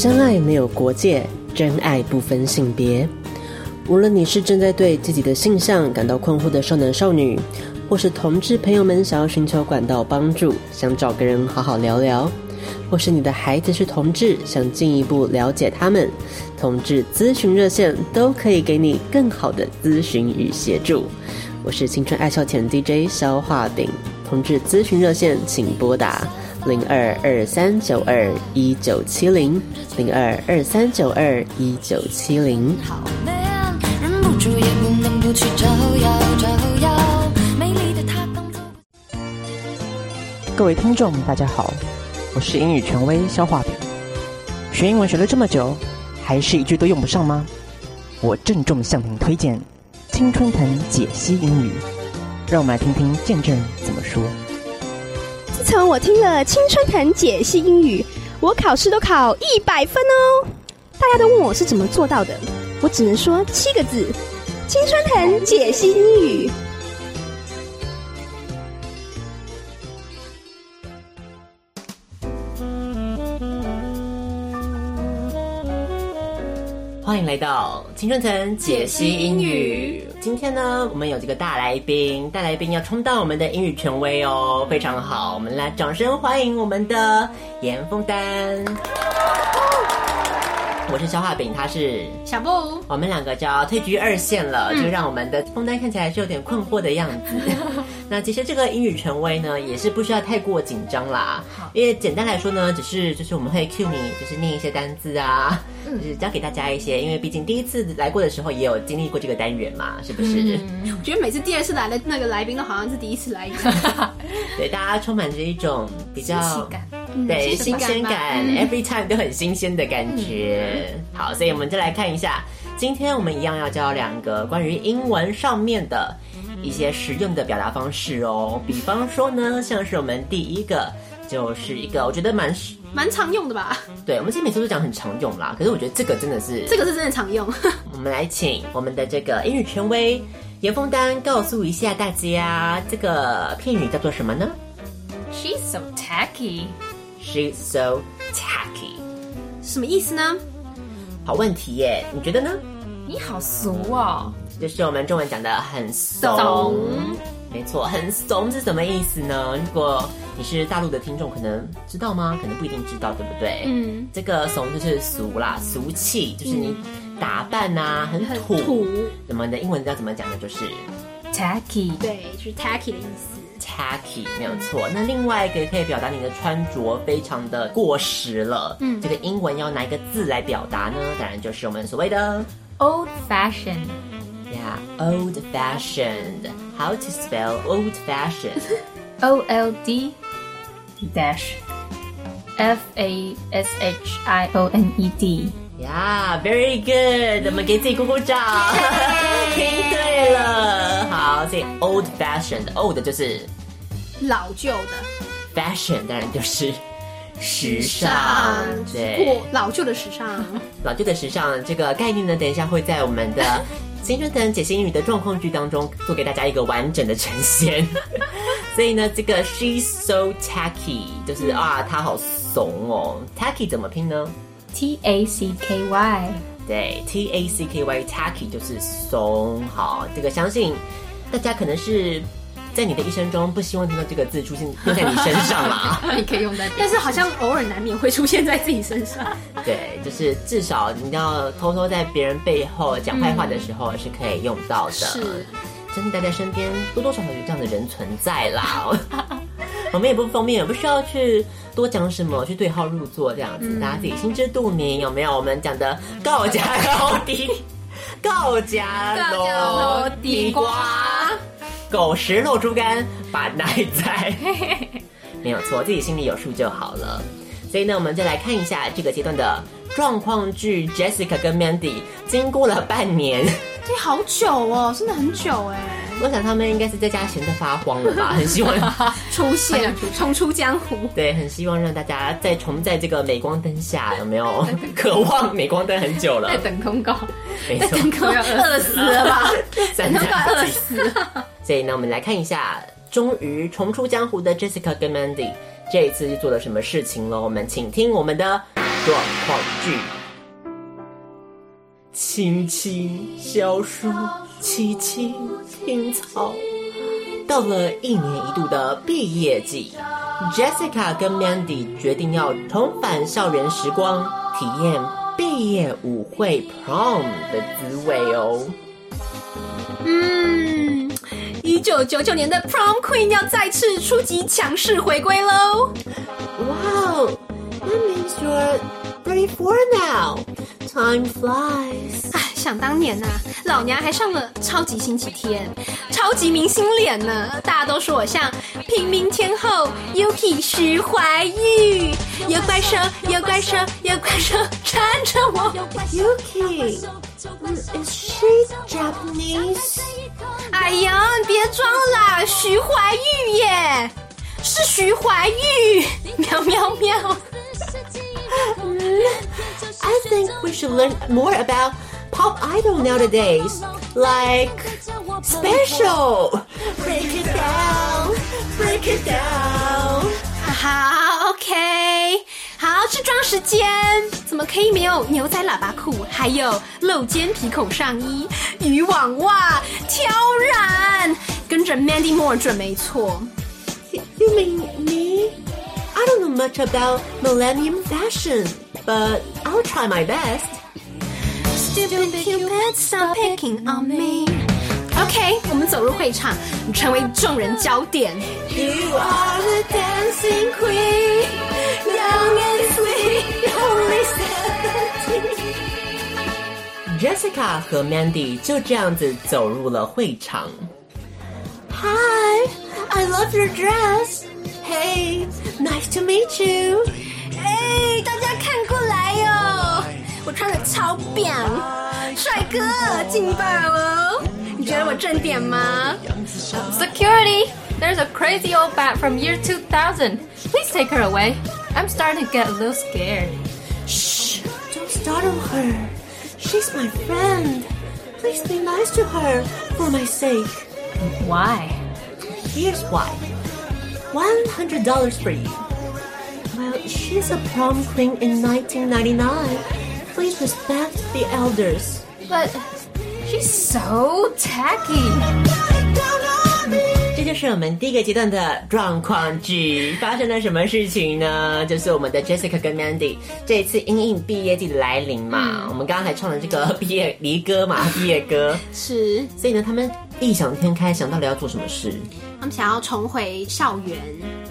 真爱没有国界，真爱不分性别。无论你是正在对自己的性向感到困惑的少男少女，或是同志朋友们想要寻求管道帮助，想找个人好好聊聊，或是你的孩子是同志，想进一步了解他们，同志咨询热线都可以给你更好的咨询与协助。我是青春爱笑前 DJ 肖化饼，同志咨询热线请拨打零二二三九二一九七零零二二三九二一九七零。好 man，忍不住也不能不去招摇招摇。美丽的她刚走过。各位听众，大家好，我是英语权威肖化饼。学英文学了这么久，还是一句都用不上吗？我郑重向您推荐《青春藤解析英语》，让我们来听听见证怎么说。自从我听了青春藤解析英语，我考试都考一百分哦。大家都问我是怎么做到的，我只能说七个字：青春藤解析英语。欢迎来到青春城解析英语。今天呢，我们有这个大来宾，大来宾要充当我们的英语权威哦，非常好。我们来掌声欢迎我们的严枫丹。我是肖化饼，他是小布，嗯我们两个就要退居二线了，就让我们的枫丹看起来是有点困惑的样子。那其实这个英语权威呢，也是不需要太过紧张啦，因为简单来说呢，只是就是我们会 cue 你，就是念一些单字啊，就是教给大家一些，因为毕竟第一次来过的时候也有经历过这个单元嘛，是不是？我觉得每次第二次来的那个来宾都好像是第一次来 一样。对，大家充满着一种比较新感对，新新鲜鲜感吧感、e v e r y time 都很新鲜的感觉。好，所以我们就来看一下，今天我们一样要教两个关于英文上面的一些实用的表达方式哦。比方说呢，像是我们第一个就是一个，我觉得蛮实蛮常用的吧？对，我们其实每次都讲很常用啦，可是我觉得这个真的是，这个是真的常用。我们来请我们的这个英语权威严峰丹告诉一下大家，这个片语叫做什么呢，She's so tacky。 ？She's so tacky。什么意思呢？好问题耶，你觉得呢？你好俗哦，就是我们中文讲的很怂，怂没错，很怂是什么意思呢？如果你是大陆的听众，可能知道吗？可能不一定知道，对不对？嗯，这个怂就是俗啦，俗气，就是你打扮啊，很嗯很土。土，怎么你的英文要怎么讲呢？就是，tacky。对，就是 tacky 的意思。 tacky，没有错。那另外一个可以表达你的穿着非常的过时了。嗯，这个英文要拿一个字来表达呢？当然就是我们所谓的 Old fashioned， Yeah, old fashioned. How to spell old fashioned? O L D dash F A S H I O N E D。 Yeah, very good. 我们给自己鼓鼓 掌。听对了，好，所以 old fashioned, old 就是老旧的 fashion，当然就是时尚。对，过老旧的时尚，老旧的时尚这个概念呢，等一下会在我们的 青春藤解析英语的状况剧当中做给大家一个完整的呈 现。所以呢，这个 she's so tacky 就是啊，她好怂哦。tacky 怎么拼呢？ T A C K Y，对，T A C K Y tacky 就是松，好，这个相信大家可能是在你的一生中不希望听到这个字出现用在你身上啦。你可以用在别但是好像偶尔难免会出现在自己身上。对，就是至少你要偷偷在别人背后讲坏话的时候是可以用到的。是，相信大家身边多多少少有这样的人存在啦。 我们也不方便，也不需要去多讲什么，去对号入座这样子，大家自己心知肚明，有没有？我们讲的告家高低， 告家楼地瓜，狗食露猪肝，把奶在，没有错，自己心里有数就好了。所以呢，我们就来看一下这个阶段的状况剧。Jessica 跟 Mandy 经过了半年。对，好久哦，真的很啊久哎，我想他们应该是在家闲得发慌了吧，很希望，出现重出江湖。对，很希望让大家再重在这个镁光灯下，有没有？渴望镁光灯很久了在，等公告，没错，公告饿死了吧？ 真的等到饿死。 所以呢，我们来看一下，终于重出江湖的 Jessica 跟 Mandy 这一次做了什么事情喽？我们请听我们的状况句。青青萧疏，萋萋青草。到了一年一度的毕业季，Jessica 跟 Mandy 决定要重返校园时光，体验毕业舞会 prom 的滋味哦。嗯，一九九九年的 Prom Queen 要再次出击，强势回归喽！ Wow, that means you're 34 now. Time flies. 唉，哎想当年呐、老娘还上了超级星期天，超级明星脸呢，大家都说我像平民天后 Yuki 徐怀钰，有怪兽，有怪兽，有怪兽缠着我。 Yuki, 嗯 is she Japanese? 哎呀，你别装啦，徐怀钰耶，是徐怀钰，喵喵喵。 I think we should learn more about pop idol nowadays. Like special. Break it down. Break it down. 好，OK，好，去装时间。怎么可以没有牛仔喇叭裤，还有露肩皮孔上衣、渔网袜、挑染，跟着 Mandy Moore 准没错。 You mean me? I don't know much about millennium fashion, but I'll try my best. Stupid Cupid, stop picking on me. OK，我们走入会场，你成为众人焦点。You are the dancing queen, young and sweet, only seventeen. Jessica 和 Mandy 就这样子走入了会场。Hi, I love your dress. Hey, nice to meet you. 哎，大家看过来哟、我穿的超棒，帅哥劲爆哦！你觉得我正点吗？ Security! There's a crazy old bat from year 2000. Please take her away. I'm starting to get a little scared. Shh, don't startle her. She's my friend. Please be nice to her for my sake. Why? Here's why. One hundred dollars for you. Well, she's a prom queen in 1999. Please respect the elders. But she's so tacky. 这就是我们第一个阶段的状况剧，发生了什么事情呢？就是我们的 Jessica 跟 Mandy 这一次因应毕业季的来临嗯嘛，我们刚刚还唱了这个 毕业离歌嘛，毕业歌，是所以呢，他们异想天开，想到了要做什么事，他们想要重回校园，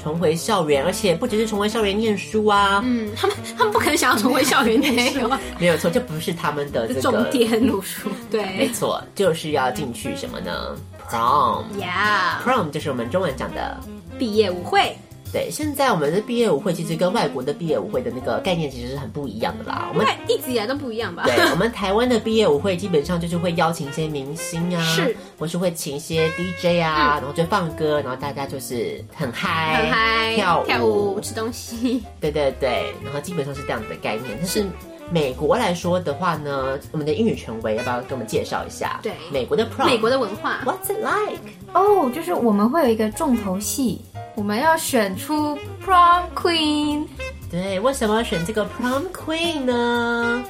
重回校园，而且不只是重回校园念书啊，嗯，他们他们不可能想要重回校园念书， 没有错，这不是他们的这个重点读书， 没对错，就是要进去什么呢？Prom。 ，Yeah， Prom 就是我们中文讲的，毕业舞会，对。现在我们的毕业舞会其实跟外国的毕业舞会的那个概念其实是很不一样的啦。我因们为一直以来都不一样吧？对我们台湾的毕业舞会基本上就是会邀请一些明星啊，是，嗯或是会请一些 DJ 啊，然后就放歌，然后大家就是很嗨，很嗨，跳舞，跳舞，吃东西，对对对，然后基本上是这样子的概念。但是美国来说的话呢，我们的英语权威要不要给我们介绍一下？对美国的 Prom，美国的文化， What's it like？ 哦就是我们会有一个重头戏，我们要选出 prom queen。对，为什么要选这个 prom queen 呢？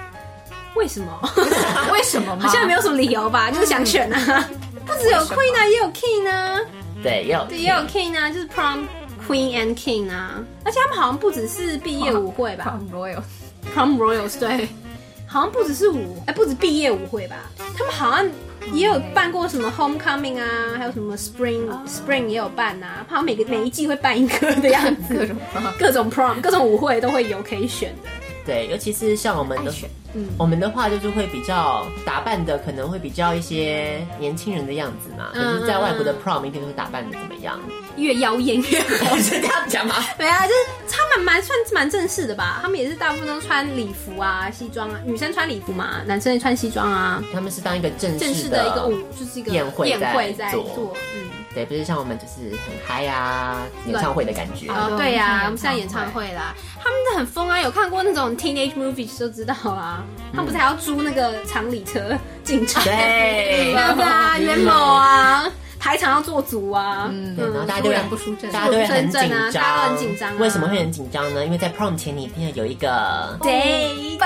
为什么？ 为什么吗？好像没有什么理由吧，就是想选啊。不只有 Queen 啊，也有 King 啊，对，要对，也有 King 啊，就是 Prom Queen and King 啊。而且他们好像不只是毕业舞会吧 prom royal。 ，Prom Royals 对，好像不只是舞，哎、不止毕业舞会吧，他们好像也有办过什么 Homecoming 啊，还有什么 Spring Spring 也有办呐、啊，好像每个每一季会办一个的样子，各种各种 Prom 各种舞会都会有可以选的。对，尤其是像我们的选，嗯，我们的话就是会比较打扮的，可能会比较一些年轻人的样子嘛。嗯可是，在外国的 prom 一定会打扮的怎么样？越妖艳越好， 是这样讲吗？对啊，就是他们蛮算蛮正式的吧，他们也是大部分都穿礼服啊、西装啊，女生穿礼服嘛，男生也穿西装啊，他们是当一个正正式式的一个舞就是一个宴会在在做做，嗯，对，不是像我们就是很嗨啊，演唱会的感觉。哦对对呀、啊，我我们们现在看演演唱唱会啦，他们的很疯啊，有看过那种 teenage movie 就知道啦，他们不是还要租那个长礼车进场？嗯对对啊，元某啊，排场要做足啊，嗯对，然后大家输都会人不输阵，大家都会输很阵紧啊，张，大家都很紧张啊。为什么会很紧张呢？因为在 prom 前你一定要有一个对，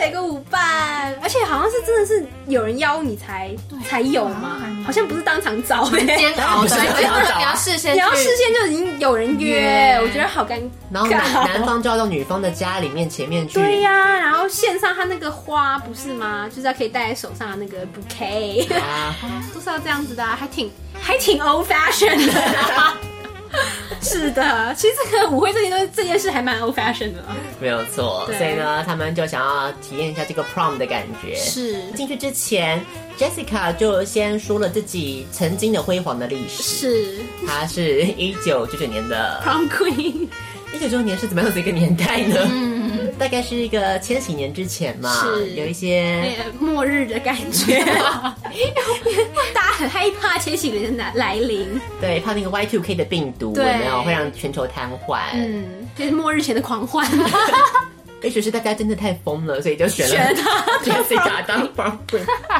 写个舞伴，而且好像是真的是有人邀你才才有嘛，好像不是当场找的，你煎熬的，所以你要事先去要事先就 已经有人约约，我觉得好尴 然后 男男尬。方就要到女方的家里面前面去，对呀、然后线上他那个花不是吗？就是他可以戴在手上的那个 bouquet，啊，都是要这样子的啊、还挺还挺 old fashion 的啊、是的，其实这个舞会这件东这件事还蛮 old fashion 的啊，没有错。对所以呢，他们就想要体验一下这个 prom 的感觉。是进去之前，Jessica 就先说了自己曾经的辉煌的历史。是她是一九九九年的， prom queen，一九九九年是怎么样的一个年代呢？嗯，大概是一个千禧年之前嘛，是有一些哎末日的感觉，大家很害怕千禧年的来临，对怕那个 Y2K 的病毒有对没有会让全球瘫痪？嗯，这是末日前的狂 欢，也许是大家真的太疯了，所以就选了选他 Jessica 当宝贝。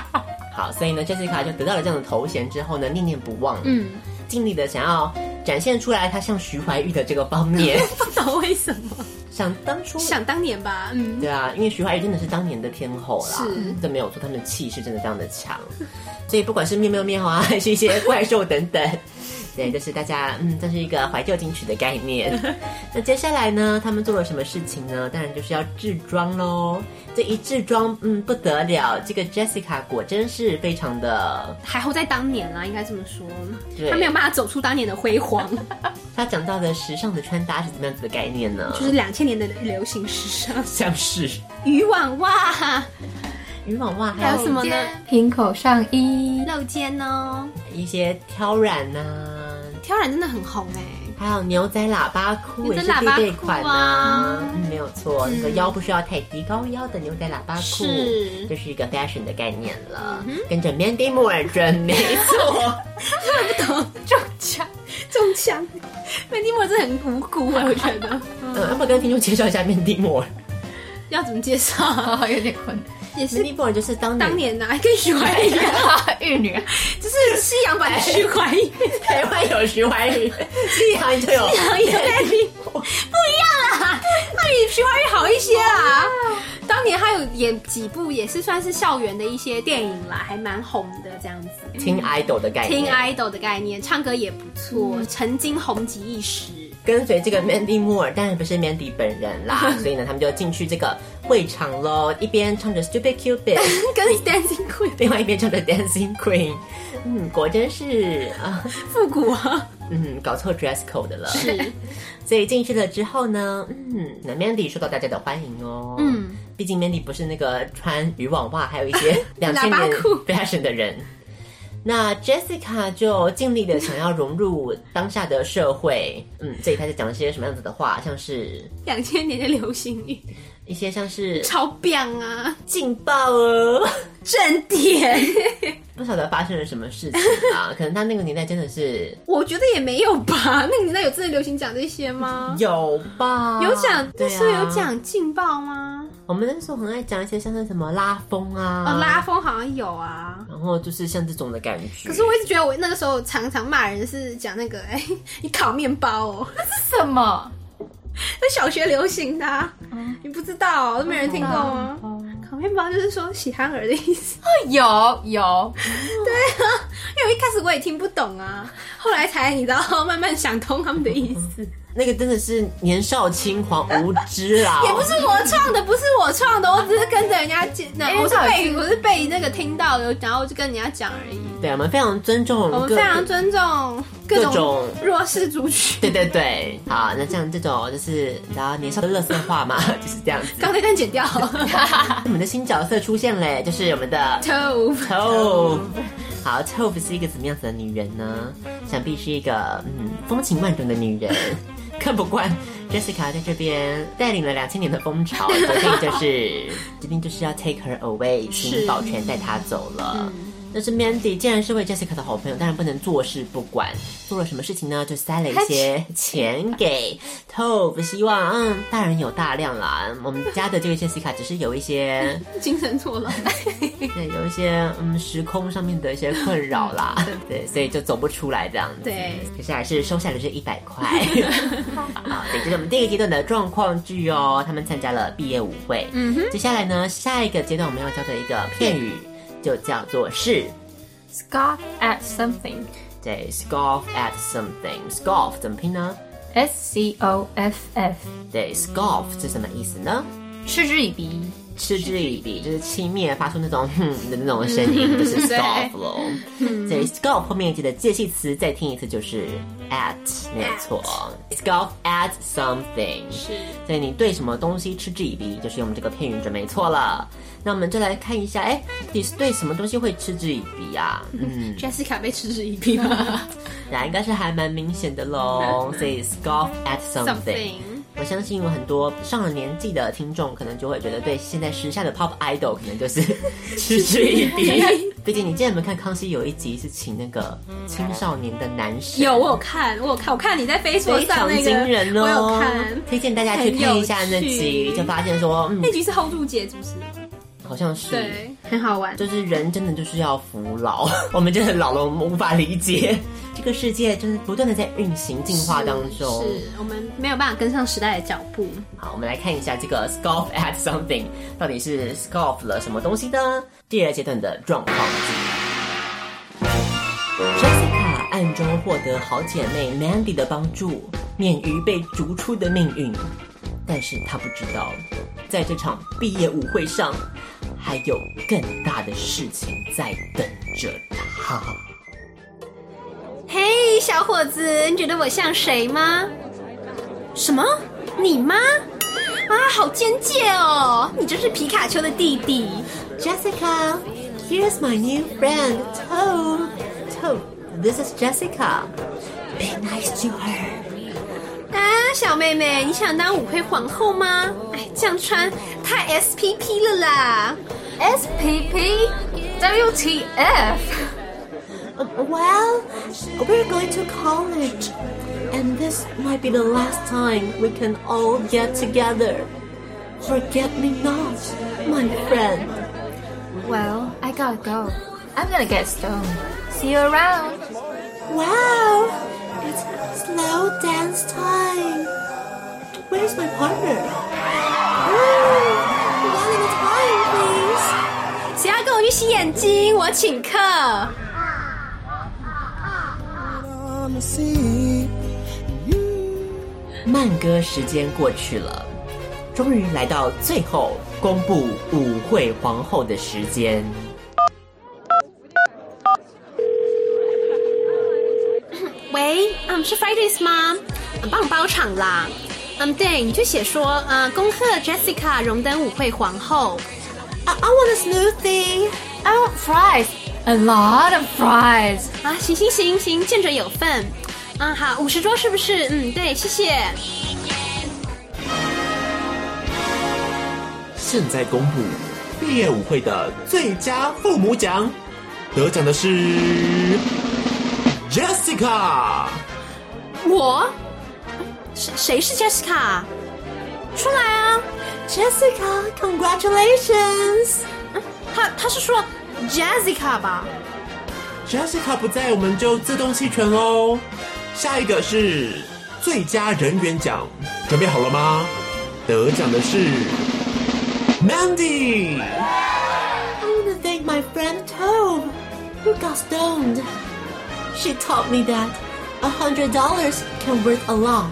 好，所以呢，Jessica 就得到了这样的头衔之后呢，念念不忘，嗯，尽力的想要展现出来她像徐怀钰的这个方面。 不知道为什么，想当初，想当年吧，嗯，对啊，因为徐怀钰真的是当年的天后啦是，这没有错，他们的气势真的非常的强。 所以不管是喵喵喵啊， 还是一些怪兽等等， 对，就是大家嗯，这是一个怀旧金曲的概 念。那接下来呢，他们做了什么事情呢？当然就是要制装喽。这一制装，嗯，不得了，这个 Jessica 果真是非常的，还活在当年啦，应该这么说，对他没有办法走出当年的辉 煌，她讲到的时尚的穿搭是怎么样子的概念呢？就是两千年的流行时尚，像是渔网袜，渔网袜，还还有有什么呢？平口上衣，露肩哦，一些挑染呐、挑染真的很红哎、还有牛仔喇叭裤也牛是仔喇必叭备款裤啊嗯，没有错，那个腰不需要太低，高腰的牛仔喇叭裤是这是一个 fashion 的概念了，跟着 Mandy Moore 准没错。中枪，中枪，麦蒂莫真的很无辜 哎、我觉得嗯，要不要跟听众介绍一下 Mandy Moore？Mandy 要怎么介绍啊？ 哦，有点困难。也是 Moore 就是当当年年呐、跟徐怀钰一样， 玉女，就是西洋版的徐怀钰，台湾有徐怀钰， 西洋就有西洋也在里，不一样啦，那比徐怀钰好一些啦。当年他有演几部，也是算是校园的一些电影啦，还蛮红的这样子。听嗯 idol 的概念，听 idol 的概念，唱歌也不错，曾经红极一时。跟随这个 Mandy Moore，当然不是 Mandy 本人 啦，所以呢，他们就进去这个会场喽，一边唱着 Stupid Cupid， 跟 Dancing Queen 另外一边唱着 Dancing Queen，嗯，果真是啊，复古啊， 嗯，搞错 dress code 了。是， 所以进去了之后呢，嗯，那 Mandy 受到大家的欢迎哦。嗯，毕竟 Mandy 不是那个穿渔网袜，还有一 些两千喇叭年裤 fashion 的人。那 Jessica 就尽力的想要融入当下的社会，嗯，所以她就讲了些什么样子的话，像是两千年的流行语，一些像是超棒啊，劲爆哦，正点。 不晓得发生了什么事情啊，可能她那个年代真的是 我觉得也没有吧，那个年代有真的流行讲这些吗？有吧？有讲，对那时候啊有讲劲爆吗？我们那时候很爱讲一些像是什么拉风啊，哦，拉，风好像有啊。然后就是像这种的感觉。可是我一直觉得我那个时候常常骂人是讲那个， 哎、你烤面包哦， 什么？那小学流行的、啊，你不知道、哦，都没人听过吗？烤面包就是说喜憨儿的意思，有因有，为我一开始我也听不懂啊，后来才你知道 慢慢想通他们的意思。那个真的是年少轻狂无知啊， 也不是我创的，不是我创的，我只是跟着人家讲，那因为我是他有被我是被那个听到的，然后我就跟人家讲而已。对，我们非常尊重各，我们非常尊重各各种种弱势族群。 对对对，好，那像这种就是然后年少的乐色话嘛， 就是这样子。刚才段剪掉， 我们的新角色出现嘞，就是我们的头 Tove。好，Tove 是一个怎么样子的女人呢？想必是一个嗯风情万种的女人， 看不惯 Jessica 在这边带领了两千年的风潮， 决定就是嗯决定就是要 take her away，请保全带她走了。但是 Mandy 既然是为 Jessica 的好朋友，当然不能坐视不管。做了什么事情呢？就塞了一些钱给 Tove，希望嗯，大人有大量啦。我们家的这个 Jessica 只是有一些，精神错乱，对，有一些嗯时空上面的一些困扰啦，嗯 对，所以就走不出来这样子。对，可是还是收下了这一百 块。好，对，这是我们第一个阶段的状况剧哦。他们参加了毕业舞会。嗯哼。接下来呢，下一个阶段我们要教的一个片语就叫做是。 Scoff at something. 对，scoff at something，scoff 怎么拼呢？ S C O F F. 对，scoff 是什么意思呢？嗤之以鼻.嗤之以鼻，就是轻蔑，发出那种哼的那种声音，就是 scoff 咯。所以 scoff 后面记得介系词再听一次，就是 at，没有错，scoff at something。是，所以你对什么东西嗤之以鼻，就是用这个片语准没错了。那我们就来看一下，哎，你是对什么东西会嗤之以鼻啊？嗯， Jessica 被嗤之以鼻吗？那应该是还蛮明显的 喽。所以 scoff at something Something。我相信有很多上了年纪的听众，可能就会觉得对现在时下的 pop idol 可能就是 嗤之以鼻。毕竟你记得没看《康熙》有一集是请那个青少年的男神，有，我有看，我有看，我看你在 Facebook 非上常那个，惊人哦。我有看，推荐大家去看一下那很有集，趣就发现说，嗯那，集是 hold 住姐，是不是？好像是。对，很好玩。就是人真的就是要服老， 我们真的老了，我们无法理解这个世界，就是不断的在运行进化当中。是我们没有办法跟上时代的脚步。好，我们来看一下这个 scoff at something 到底是 scoff 了什么东西呢？第二阶段的状况剧。Jessica 暗中获得好姐妹 Mandy 的帮助，免于被逐出的命运。但是她不知道，在这场毕业舞会上，还有更大的事情在等着她。嘿，小伙子，你觉得我像谁吗？什么？你吗？啊，好奸介哦！你就是皮卡丘的弟弟。 Jessica, here's my new friend, Toad. Toad, this is Jessica. Be nice to her. 啊，小妹妹，你想当舞会皇后吗？哎，这样穿太 SPP 了啦！ S P P. W T F. Uh, well, we're going to college, and this might be the last time we can all get together. Forget me not, my friend. Well, I gotta go. I'm gonna get stoned. See you around. Wow, it's slow dance time. Where's my partner? Ooh, one at a time, please. 谁要跟我去洗眼睛？我请客。慢歌时间过去了，终于来到最后公布舞会皇后的时间。喂，嗯，是 Fridays 吗？嗯帮我包场啦。嗯，对，你就写说，呃，恭贺 Jessica 荣登舞会皇后。Uh, I, I want a smoothie. I want fries. A lot of fries. 啊，行行行行，见者有份。啊，好，五十桌是不是？嗯，对，谢谢。现在公布毕业舞会的最佳父母奖，得奖的是 Jessica。我，谁谁是 Jessica？出来啊，Jessica， Congratulations！他他是说 Jessica 吧？ Jessica 不在，我们就自动弃权喽。下一个是最佳人员奖，准备好了吗？得奖的是 Mandy。 I want to thank my friend Tove, who got stoned. She taught me that a hundred dollars can worth a lot.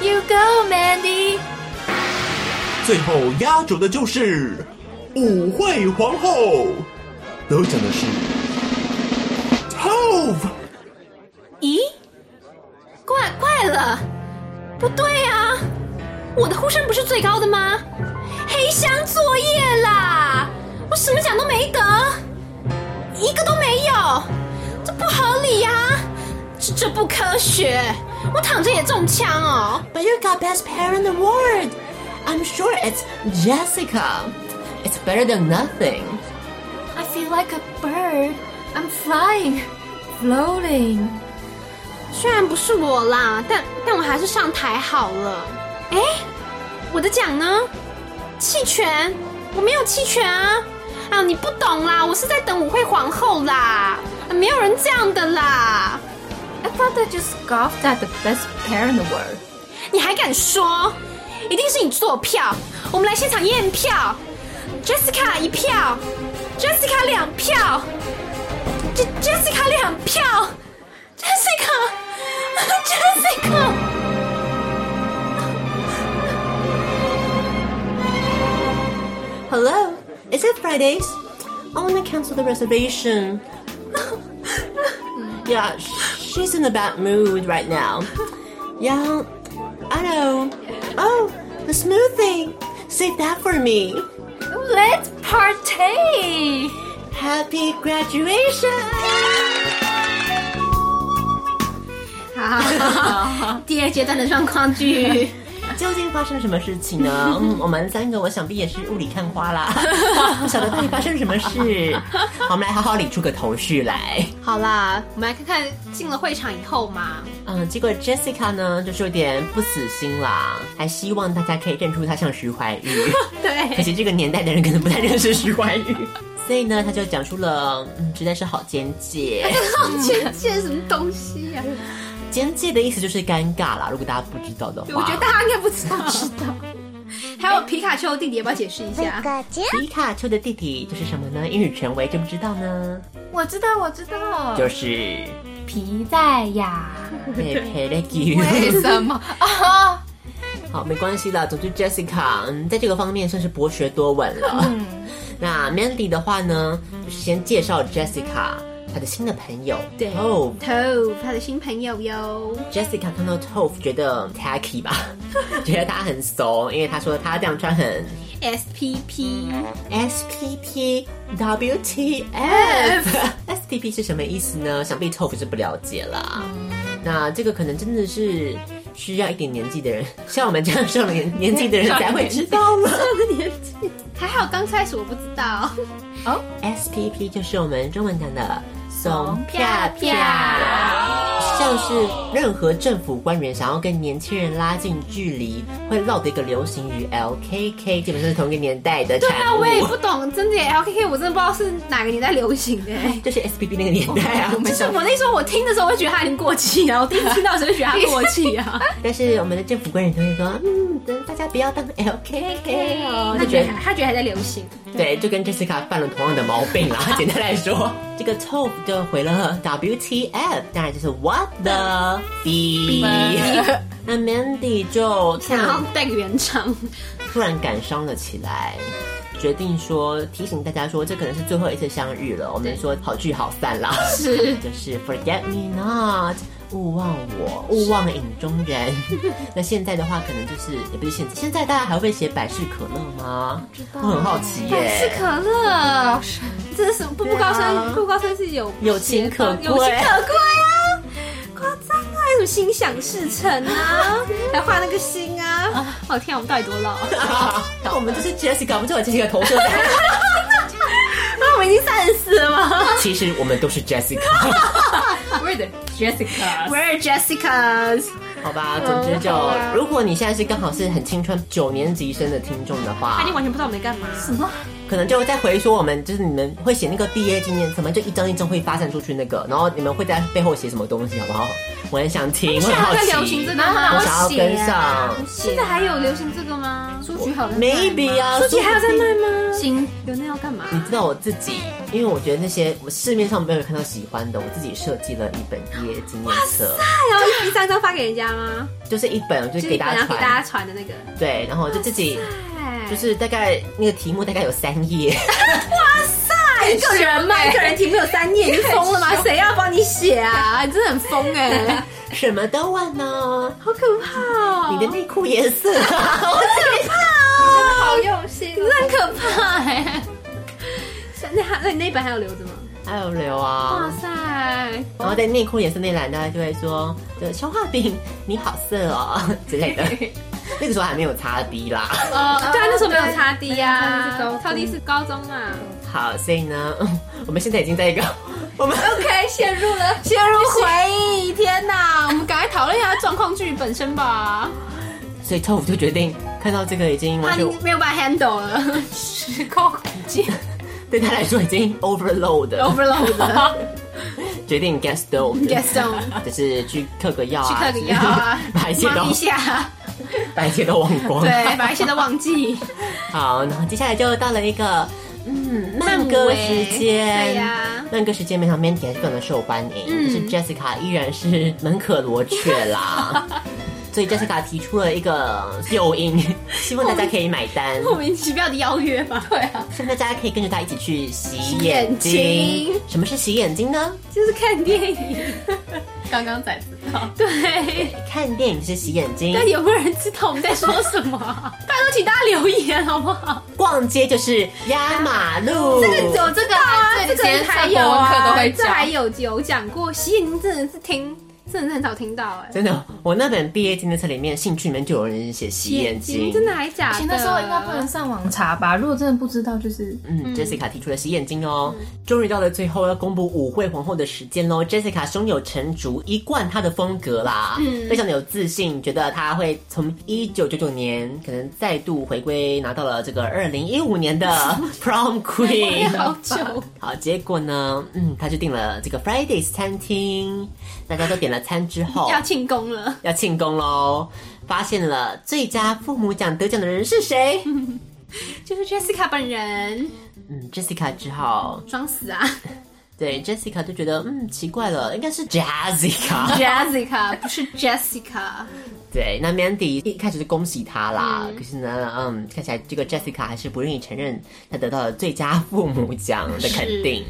You go, Mandy. 最后压轴的就是舞会皇后，得奖的是 Tove。咦，怪怪了，不对啊，我的呼声不是最高的吗？黑箱作业啦，我什么奖都没得，一个都没有，这不合理呀、这这不科学，我躺着也中枪哦。 But you got Best Parent Award. I'm sure it's Jessica. It's better than nothing. I feel like a bird. I'm flying, floating. 虽然不是我啦，但但我还是上台好了。哎，我的奖呢？弃权？我没有弃权啊！啊，你不懂啦，我是在等舞会皇后啦，啊没有人这样的啦！ I thought I just scoffed at the best pair in the world. 你还敢说？一定是你做票。我们来现场验票，Jessica 一票，Jessica 两票，J Jessica 两票，Jessica，Jessica。 Hello, is it Fridays? I want to cancel the reservation. yeah, sh- she's in a bad mood right now. Yeah, I know. Oh, the smoothie. Save that for me. Let's partay. Happy graduation! 第二阶段的状况剧， 究竟发生了什么事情 呢？嗯，我们三个我想必也是雾里看花啦，不晓得到底发生了什么事。好，我们来好好理出个头绪来。好啦，我们来看看进了会场以后嘛，嗯，结果 Jessica 呢，就是有点不死心啦，还希望大家可以认出她像徐怀钰。可 对，惜这个年代的人可能不太认识徐怀钰，所以呢，他就讲出了，嗯，实在是好简 介。这这什么东西呀、简介的意思就是尴尬啦，如果大家不知道的话，我觉得大家应该不知道，知 道。还有皮卡丘的弟弟，要不要解释一下？皮卡丘的弟弟就是什么呢？英语权威知不知道呢？我知道，我知道。哦就是皮在痒。佩 佩的鸡。为什么啊？ 好，没关系啦。总之，Jessica 嗯，在这个方面算是博学多闻了。嗯 那 Mandy 的话呢，就是先介绍 Jessica 她的新的朋友哦对 Tove。 Tove 他的新朋友哟， Jessica 看到 Tove 觉得 tacky 吧， 觉得他很怂，因为他说他这样穿很 S P P S P P W T F。S P P 是什么意思呢？想必 Tove 是不了解啦。嗯那这个可能真的是需要一点年纪的人，像我们这样上了年年纪的人才会知道 了。还好刚开始我不知道，哦 S P P 就是我们中文讲的怂啪啪，像是任何政府官员想要跟年轻人拉近距离，会落得一个流行语 L K K，基本上是同一个年代的对啊，产物我。也不懂，真的 L K K 我真的不知道是哪个年代流行的、就是 S P P 那个年代啊， 就是我那时候我听的时候，我会觉得它已经过气了。我第一次听到的时候 就觉得它过气啊。但是我们的政府官员都会说，嗯，大家不要当 L K K 哦，他就觉觉得得他觉得还在流行，对，就跟 Jessica 犯了同样的毛病 啦。简单来说，这个 Tove 就回了 WTF，当然就是 What the B。那 Mandy 就突想要然带个原唱。突然感伤了起来，决定说提醒大家说，这可能是最后一次相遇了。我们说好聚好散啦，是， 就是 Forget Me Not。勿忘我，勿忘影中 人。那现在的话，可能就是也不是现在，现在大家还会写百事可乐吗？我很好奇耶。是可乐，这是什么？步步高对升，啊步步高升是有有情可有情贵可贵啊！夸张啊，还有心想事成 啊，还画那个心啊！哦天啊，我们到底多老？啊， 我们就是 Jessica，我们就把 Jessica 投射在。我们已经三十四了吗其实我们都是 Jessica， We're the Jessicas. ？Where Jessica's？好吧？总之嗯就，啊如果你现在是刚好是很青春九年级生的听众的他话已经，完全不知道我们在干嘛。什么？可能就再回说我们就是你们会写那个毕业纪念册吗？就一张一张会发散出去那个，然后你们会在背后写什么东西，好不好？我很想听，我很好在奇，流行这个我吗？想要跟上。现在还有流行这个吗？书局好了 Maybe 啊，书说局还有在不定卖吗？行，有那要干嘛？你知道我自己，因为我觉得那些我市面上没有看到喜欢的，我自己设计了一本毕业纪念册。然后一张一张发给人家吗？就是一本，就是就是给一本大要家给大家传，传的那个。对，然后我就自己哎就是大概那个题目大概有三页， 一哎个人嘛，一个人题目有三页， 你疯了吗？谁要帮你写啊？你真的很疯哎、什么都问呢，好可怕哦！你的内裤颜色， 好用心，哦你真的很可怕哎、那还那你那本还有留着吗？还有留哇啊。塞，然后在内裤颜色那栏，大家就会说，就消化饼，你好色哦 之类 的。那个时候还没有擦 B 啦。哦，对啊，那时候没有擦啊低呀，擦低是高中嘛， 好，所以呢，嗯我们现在已经在一个我们 OK，陷入了陷入回忆。天哪，我们赶快讨论一下状况剧本身吧。所以 Tove 就决定看到这个已经他完全啊没有办法 handle 了，时空古迹对他来说已经 overload 了， overload 了决定 get stoned。 ，get stone，就是去嗑个药啊，去嗑个药啊把一切忙一都下，把一切都忘光。对，把一切都忘记。好，然后接下来就到了一个嗯慢慢歌舞时欸间，对呀嗯慢歌时间，没想到 Mandy 还是非常的受欢迎，就是 Jessica 依然是门可罗雀 啦。所以 Jessica 提出了一个诱因，希望大家可以买单，莫名其妙的邀约吧？对啊，希望大家可以跟着他一起去洗眼眼睛。睛什么是洗眼睛呢？就是看电影。刚刚才知道，对，看电影就是洗眼睛，但有没有人知道我们在说什 么啊？拜托，请大家留言好不好？逛街就是压马路。有这个啊，这哦这个连还上有国文啊，课都会这还讲。有有讲过，洗眼睛真的是听，真的是很少听到哎、真的，我那本毕业纪念册里面，兴趣里面就有人写洗眼嗯睛。真的，还假的？那时候应该不能上网查吧？啊如果真的不知道，就是嗯，Jessica 提出了洗眼睛哦。终于到了最后要公布舞会皇后的时间喽。Jessica 胸有成竹，一贯她的风格啦，嗯非常的有自信，觉得她会从一九九九年可能再度回归，拿到了这个二零一五年的 Prom Queen。好久，好，结果呢，嗯，她就订了这个 Fridays 餐厅，大家都点了餐之后，要庆功了。要庆功喽！发现了最佳父母奖得奖的人是谁？就是 Jessica 本人嗯，Jessica 只好装死啊 对 Jessica 就觉得嗯奇怪了，应该是 Jessica。 ，Jessica 不是 Jessica，对，那 Mandy 一开始就恭喜她啦，可是呢，嗯，看起来这个 Jessica 还是不愿意承认她得到了最佳父母奖的肯定。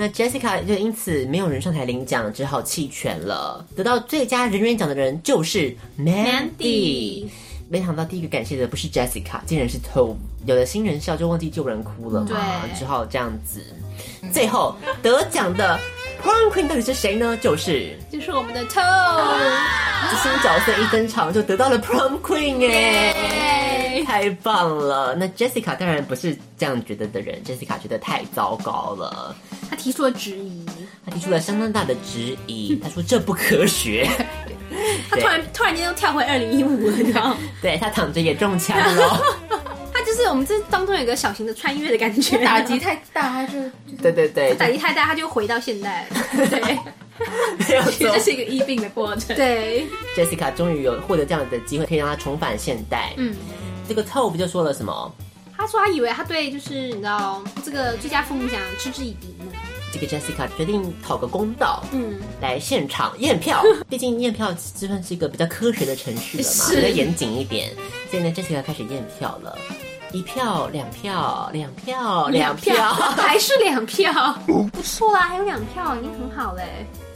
那 Jessica 就因此没有人上台领奖，只好弃权了。得到最佳人员奖的人就是 Mandy。没想到第一个感谢的不是 Jessica，竟然是 Tom。有的新人笑就忘记救人哭了嘛，对只好这样子。最后得奖的 Prom Queen 到底是谁呢？就是就是我们的 Toe，新角色一登场就得到了 Prom Queen 哎，太棒了！那 Jessica 当然不是这样觉得的人，Jessica 觉得太糟糕了，他提出了质疑，她提出了相当大的质 疑，她说这不科学。 他突然突然间又跳回二零一五了，你知道吗？对她躺着也中枪了， 他就是我们这当中有一个小型的穿越的感觉， 打击太大，就对对对，打击太大，他就回到现代了。对没有错这是一个医病的过程。 对， Jessica 终于有获得这样的机会，可以让她重返现代。嗯，这个 Tove 就说了什么？他说他以为他对就是你知道这个最佳父母奖嗤之以鼻呢。这个 Jessica 决定讨个公道，嗯，来现场验 票。毕竟验票就算是一个比较科学的程序了嘛，比较严谨一点。所以呢，Jessica 开始验票了，一票、两票、两票、两票。还是两票，不错啊啦，还有两票已经很好嘞。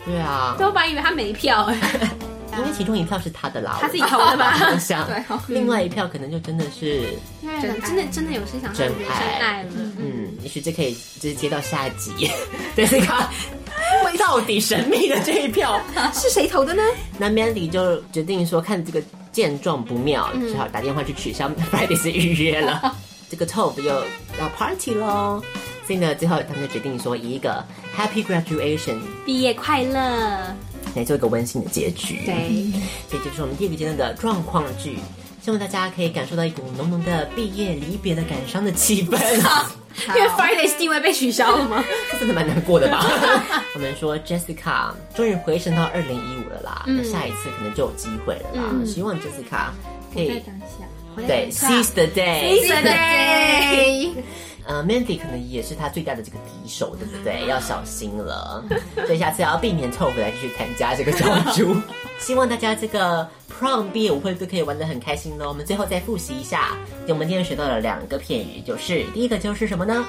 对啊，对我本来以为他没票哎，因为其中一票是他的啦，他自己投的吧？哦我想，另外一票可能就真的是，真的真的真的有心想上人生爱了。嗯，也许这可以就是接到下一集 Jessica 到底神秘的这一票是谁投 的呢？那 Mandy 就决定说，看这个见状不妙，嗯只好打电话去取消 Fridays 预约 了。这个 Tove 又要 party 喽，所以呢，最后他们就决定说，以一个 Happy Graduation 毕业快乐。来做一个温馨的结局。，对，所以这就是我们第一个阶段的状况剧。希望大家可以感受到一股浓浓的毕业离别的感伤的气氛 啊，因为 Fridays 定位被取消了吗？这真的蛮难过的吧？我们说 Jessica 终于回升到二零一五了啦，那下一次可能就有机会了啦。希望 Jessica 可以下，对，seize the day。真的。 呃，Mandy 可能也是他最大的这个敌手，对不对？要小心了，所以下次要避免凑回来继续参加这个角逐。希望大家这个 prom 毕业舞会都可以玩得很开心喽。我们最后再复习一下，我们今天学到了两个片语，就是第一个就是什么呢？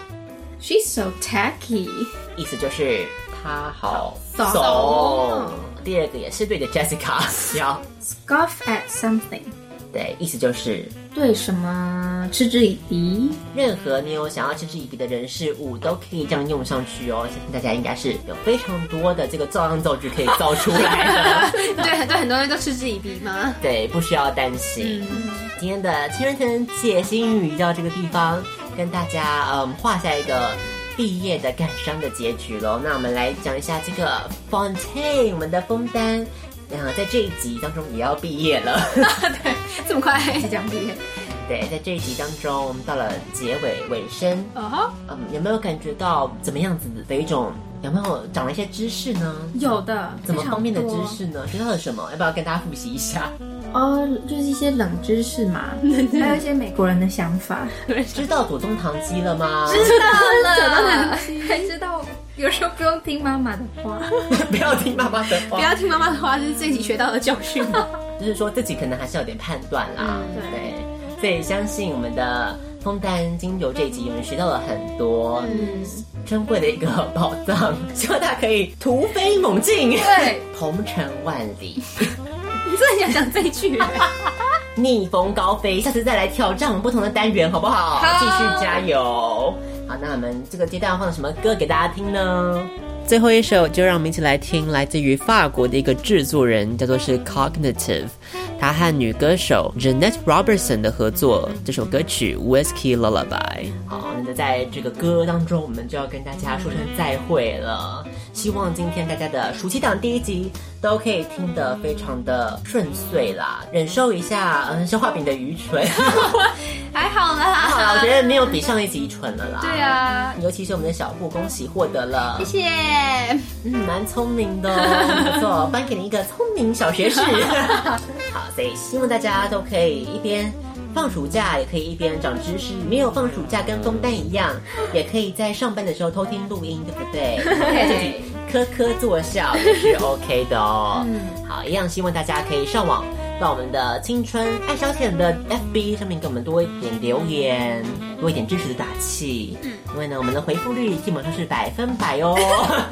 She's so tacky. 意思就是他好怂怂。第二个也是对着 Jessica 要 Scoff at something. 对，意思就是对什么嗤之以鼻？任何你有想要嗤之以鼻的人事物都可以这样用上去哦。相信大家应该是有非常多的这个造样造句可以造出来的，对，很多很多人都嗤之以鼻嘛。对，不需要担心。今嗯天的青春藤解心语到这个地方，跟大家嗯画下一个毕业的感伤的结局喽。那我们来讲一下这个 Fontaine，我们的枫丹，啊，在这一集当中也要毕业了。对， 这么快就讲毕业，对，在这一集当中，我们到了结尾尾声，哦吼，嗯，有没有感觉到怎么样子的一种？有没有长了一些知识呢？有的，怎么非常方面的知多？识呢？学到了什么？要不要跟大家复习一下？哦，就是一些冷知识嘛， 还有一些美国人的想法。 知道左宗棠鸡了吗？知道了，还知道有时候不用听妈妈的话。 不要听妈妈的不话，要听妈妈的 话，这是这一集学到的教训。就是说自己可能还是有点判断啦。嗯对，所以相信我们的枫丹经由这一集，我们学到了很多珍贵的一个宝藏， 希望大家可以突飞猛进， 对，鹏程万里，你 真的想讲这一句？ 逆风高飞。下次再来挑战我们不同的单元，好不好？继续加油。好，那我们这个阶段放什么歌给大家听呢？最后一首，就让我们一起来听来自于法国的一个制作人，叫做是 Cognitive，他和女歌手 Janet Robertson 的合作，这首歌曲《Whiskey Lullaby》。好，那在这个歌当中，我们就要跟大家说声再会了。希望今天大家的暑期档第一集都可以听得非常的顺遂啦，忍受一下嗯消化饼的愚 蠢。还好啦。好啦，我觉得没有比上一集蠢了啦。对， 啊，尤其是我们的小布，恭喜获得了，谢谢。嗯，蛮聪明 的、哦，不错，颁给你一个聪明小学士。好，所以希望大家都可以一边放暑假，也可以一边长知识。没有放暑假跟枫丹一样，也可以在上班的时候偷听录音，对不对？自己咳咳作笑也是 OK 的哦。好，一样希望大家可以上网到我们的青春爱消遣的 FB 上面给我们多一点留言，多一点支持的打气。嗯，因为呢，我们的回复率基本上是百分百哦，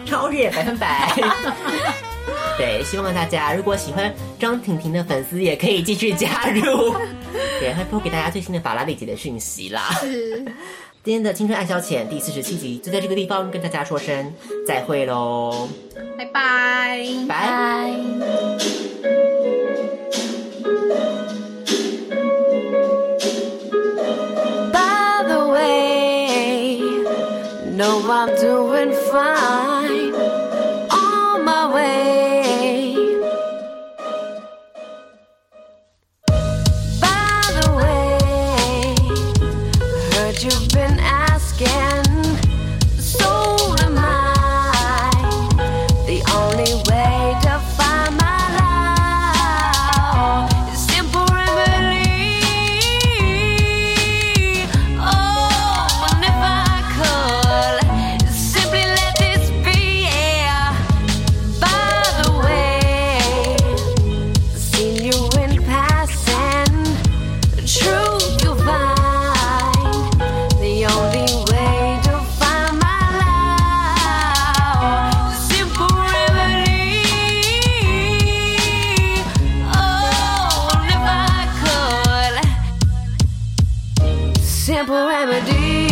超越百分百。对，希望大家如果喜欢张婷婷的粉丝，也可以继续加入，也会播给大家最新的法拉利姐的讯息啦。今天的《青春爱消遣》第四十七集就在这个地方跟大家说声再会喽，拜拜。拜拜。 By the way, no, I'm doing fine. On my way. By the way, heard you've been asking. So am I. The only way to find my love is simple remedy. Oh, and if I could simply let this be. Yeah. By the way, seen you in passing. Truth you'll find. The only way to find my love. Simple remedy. Oh, and if I could. Simple remedy.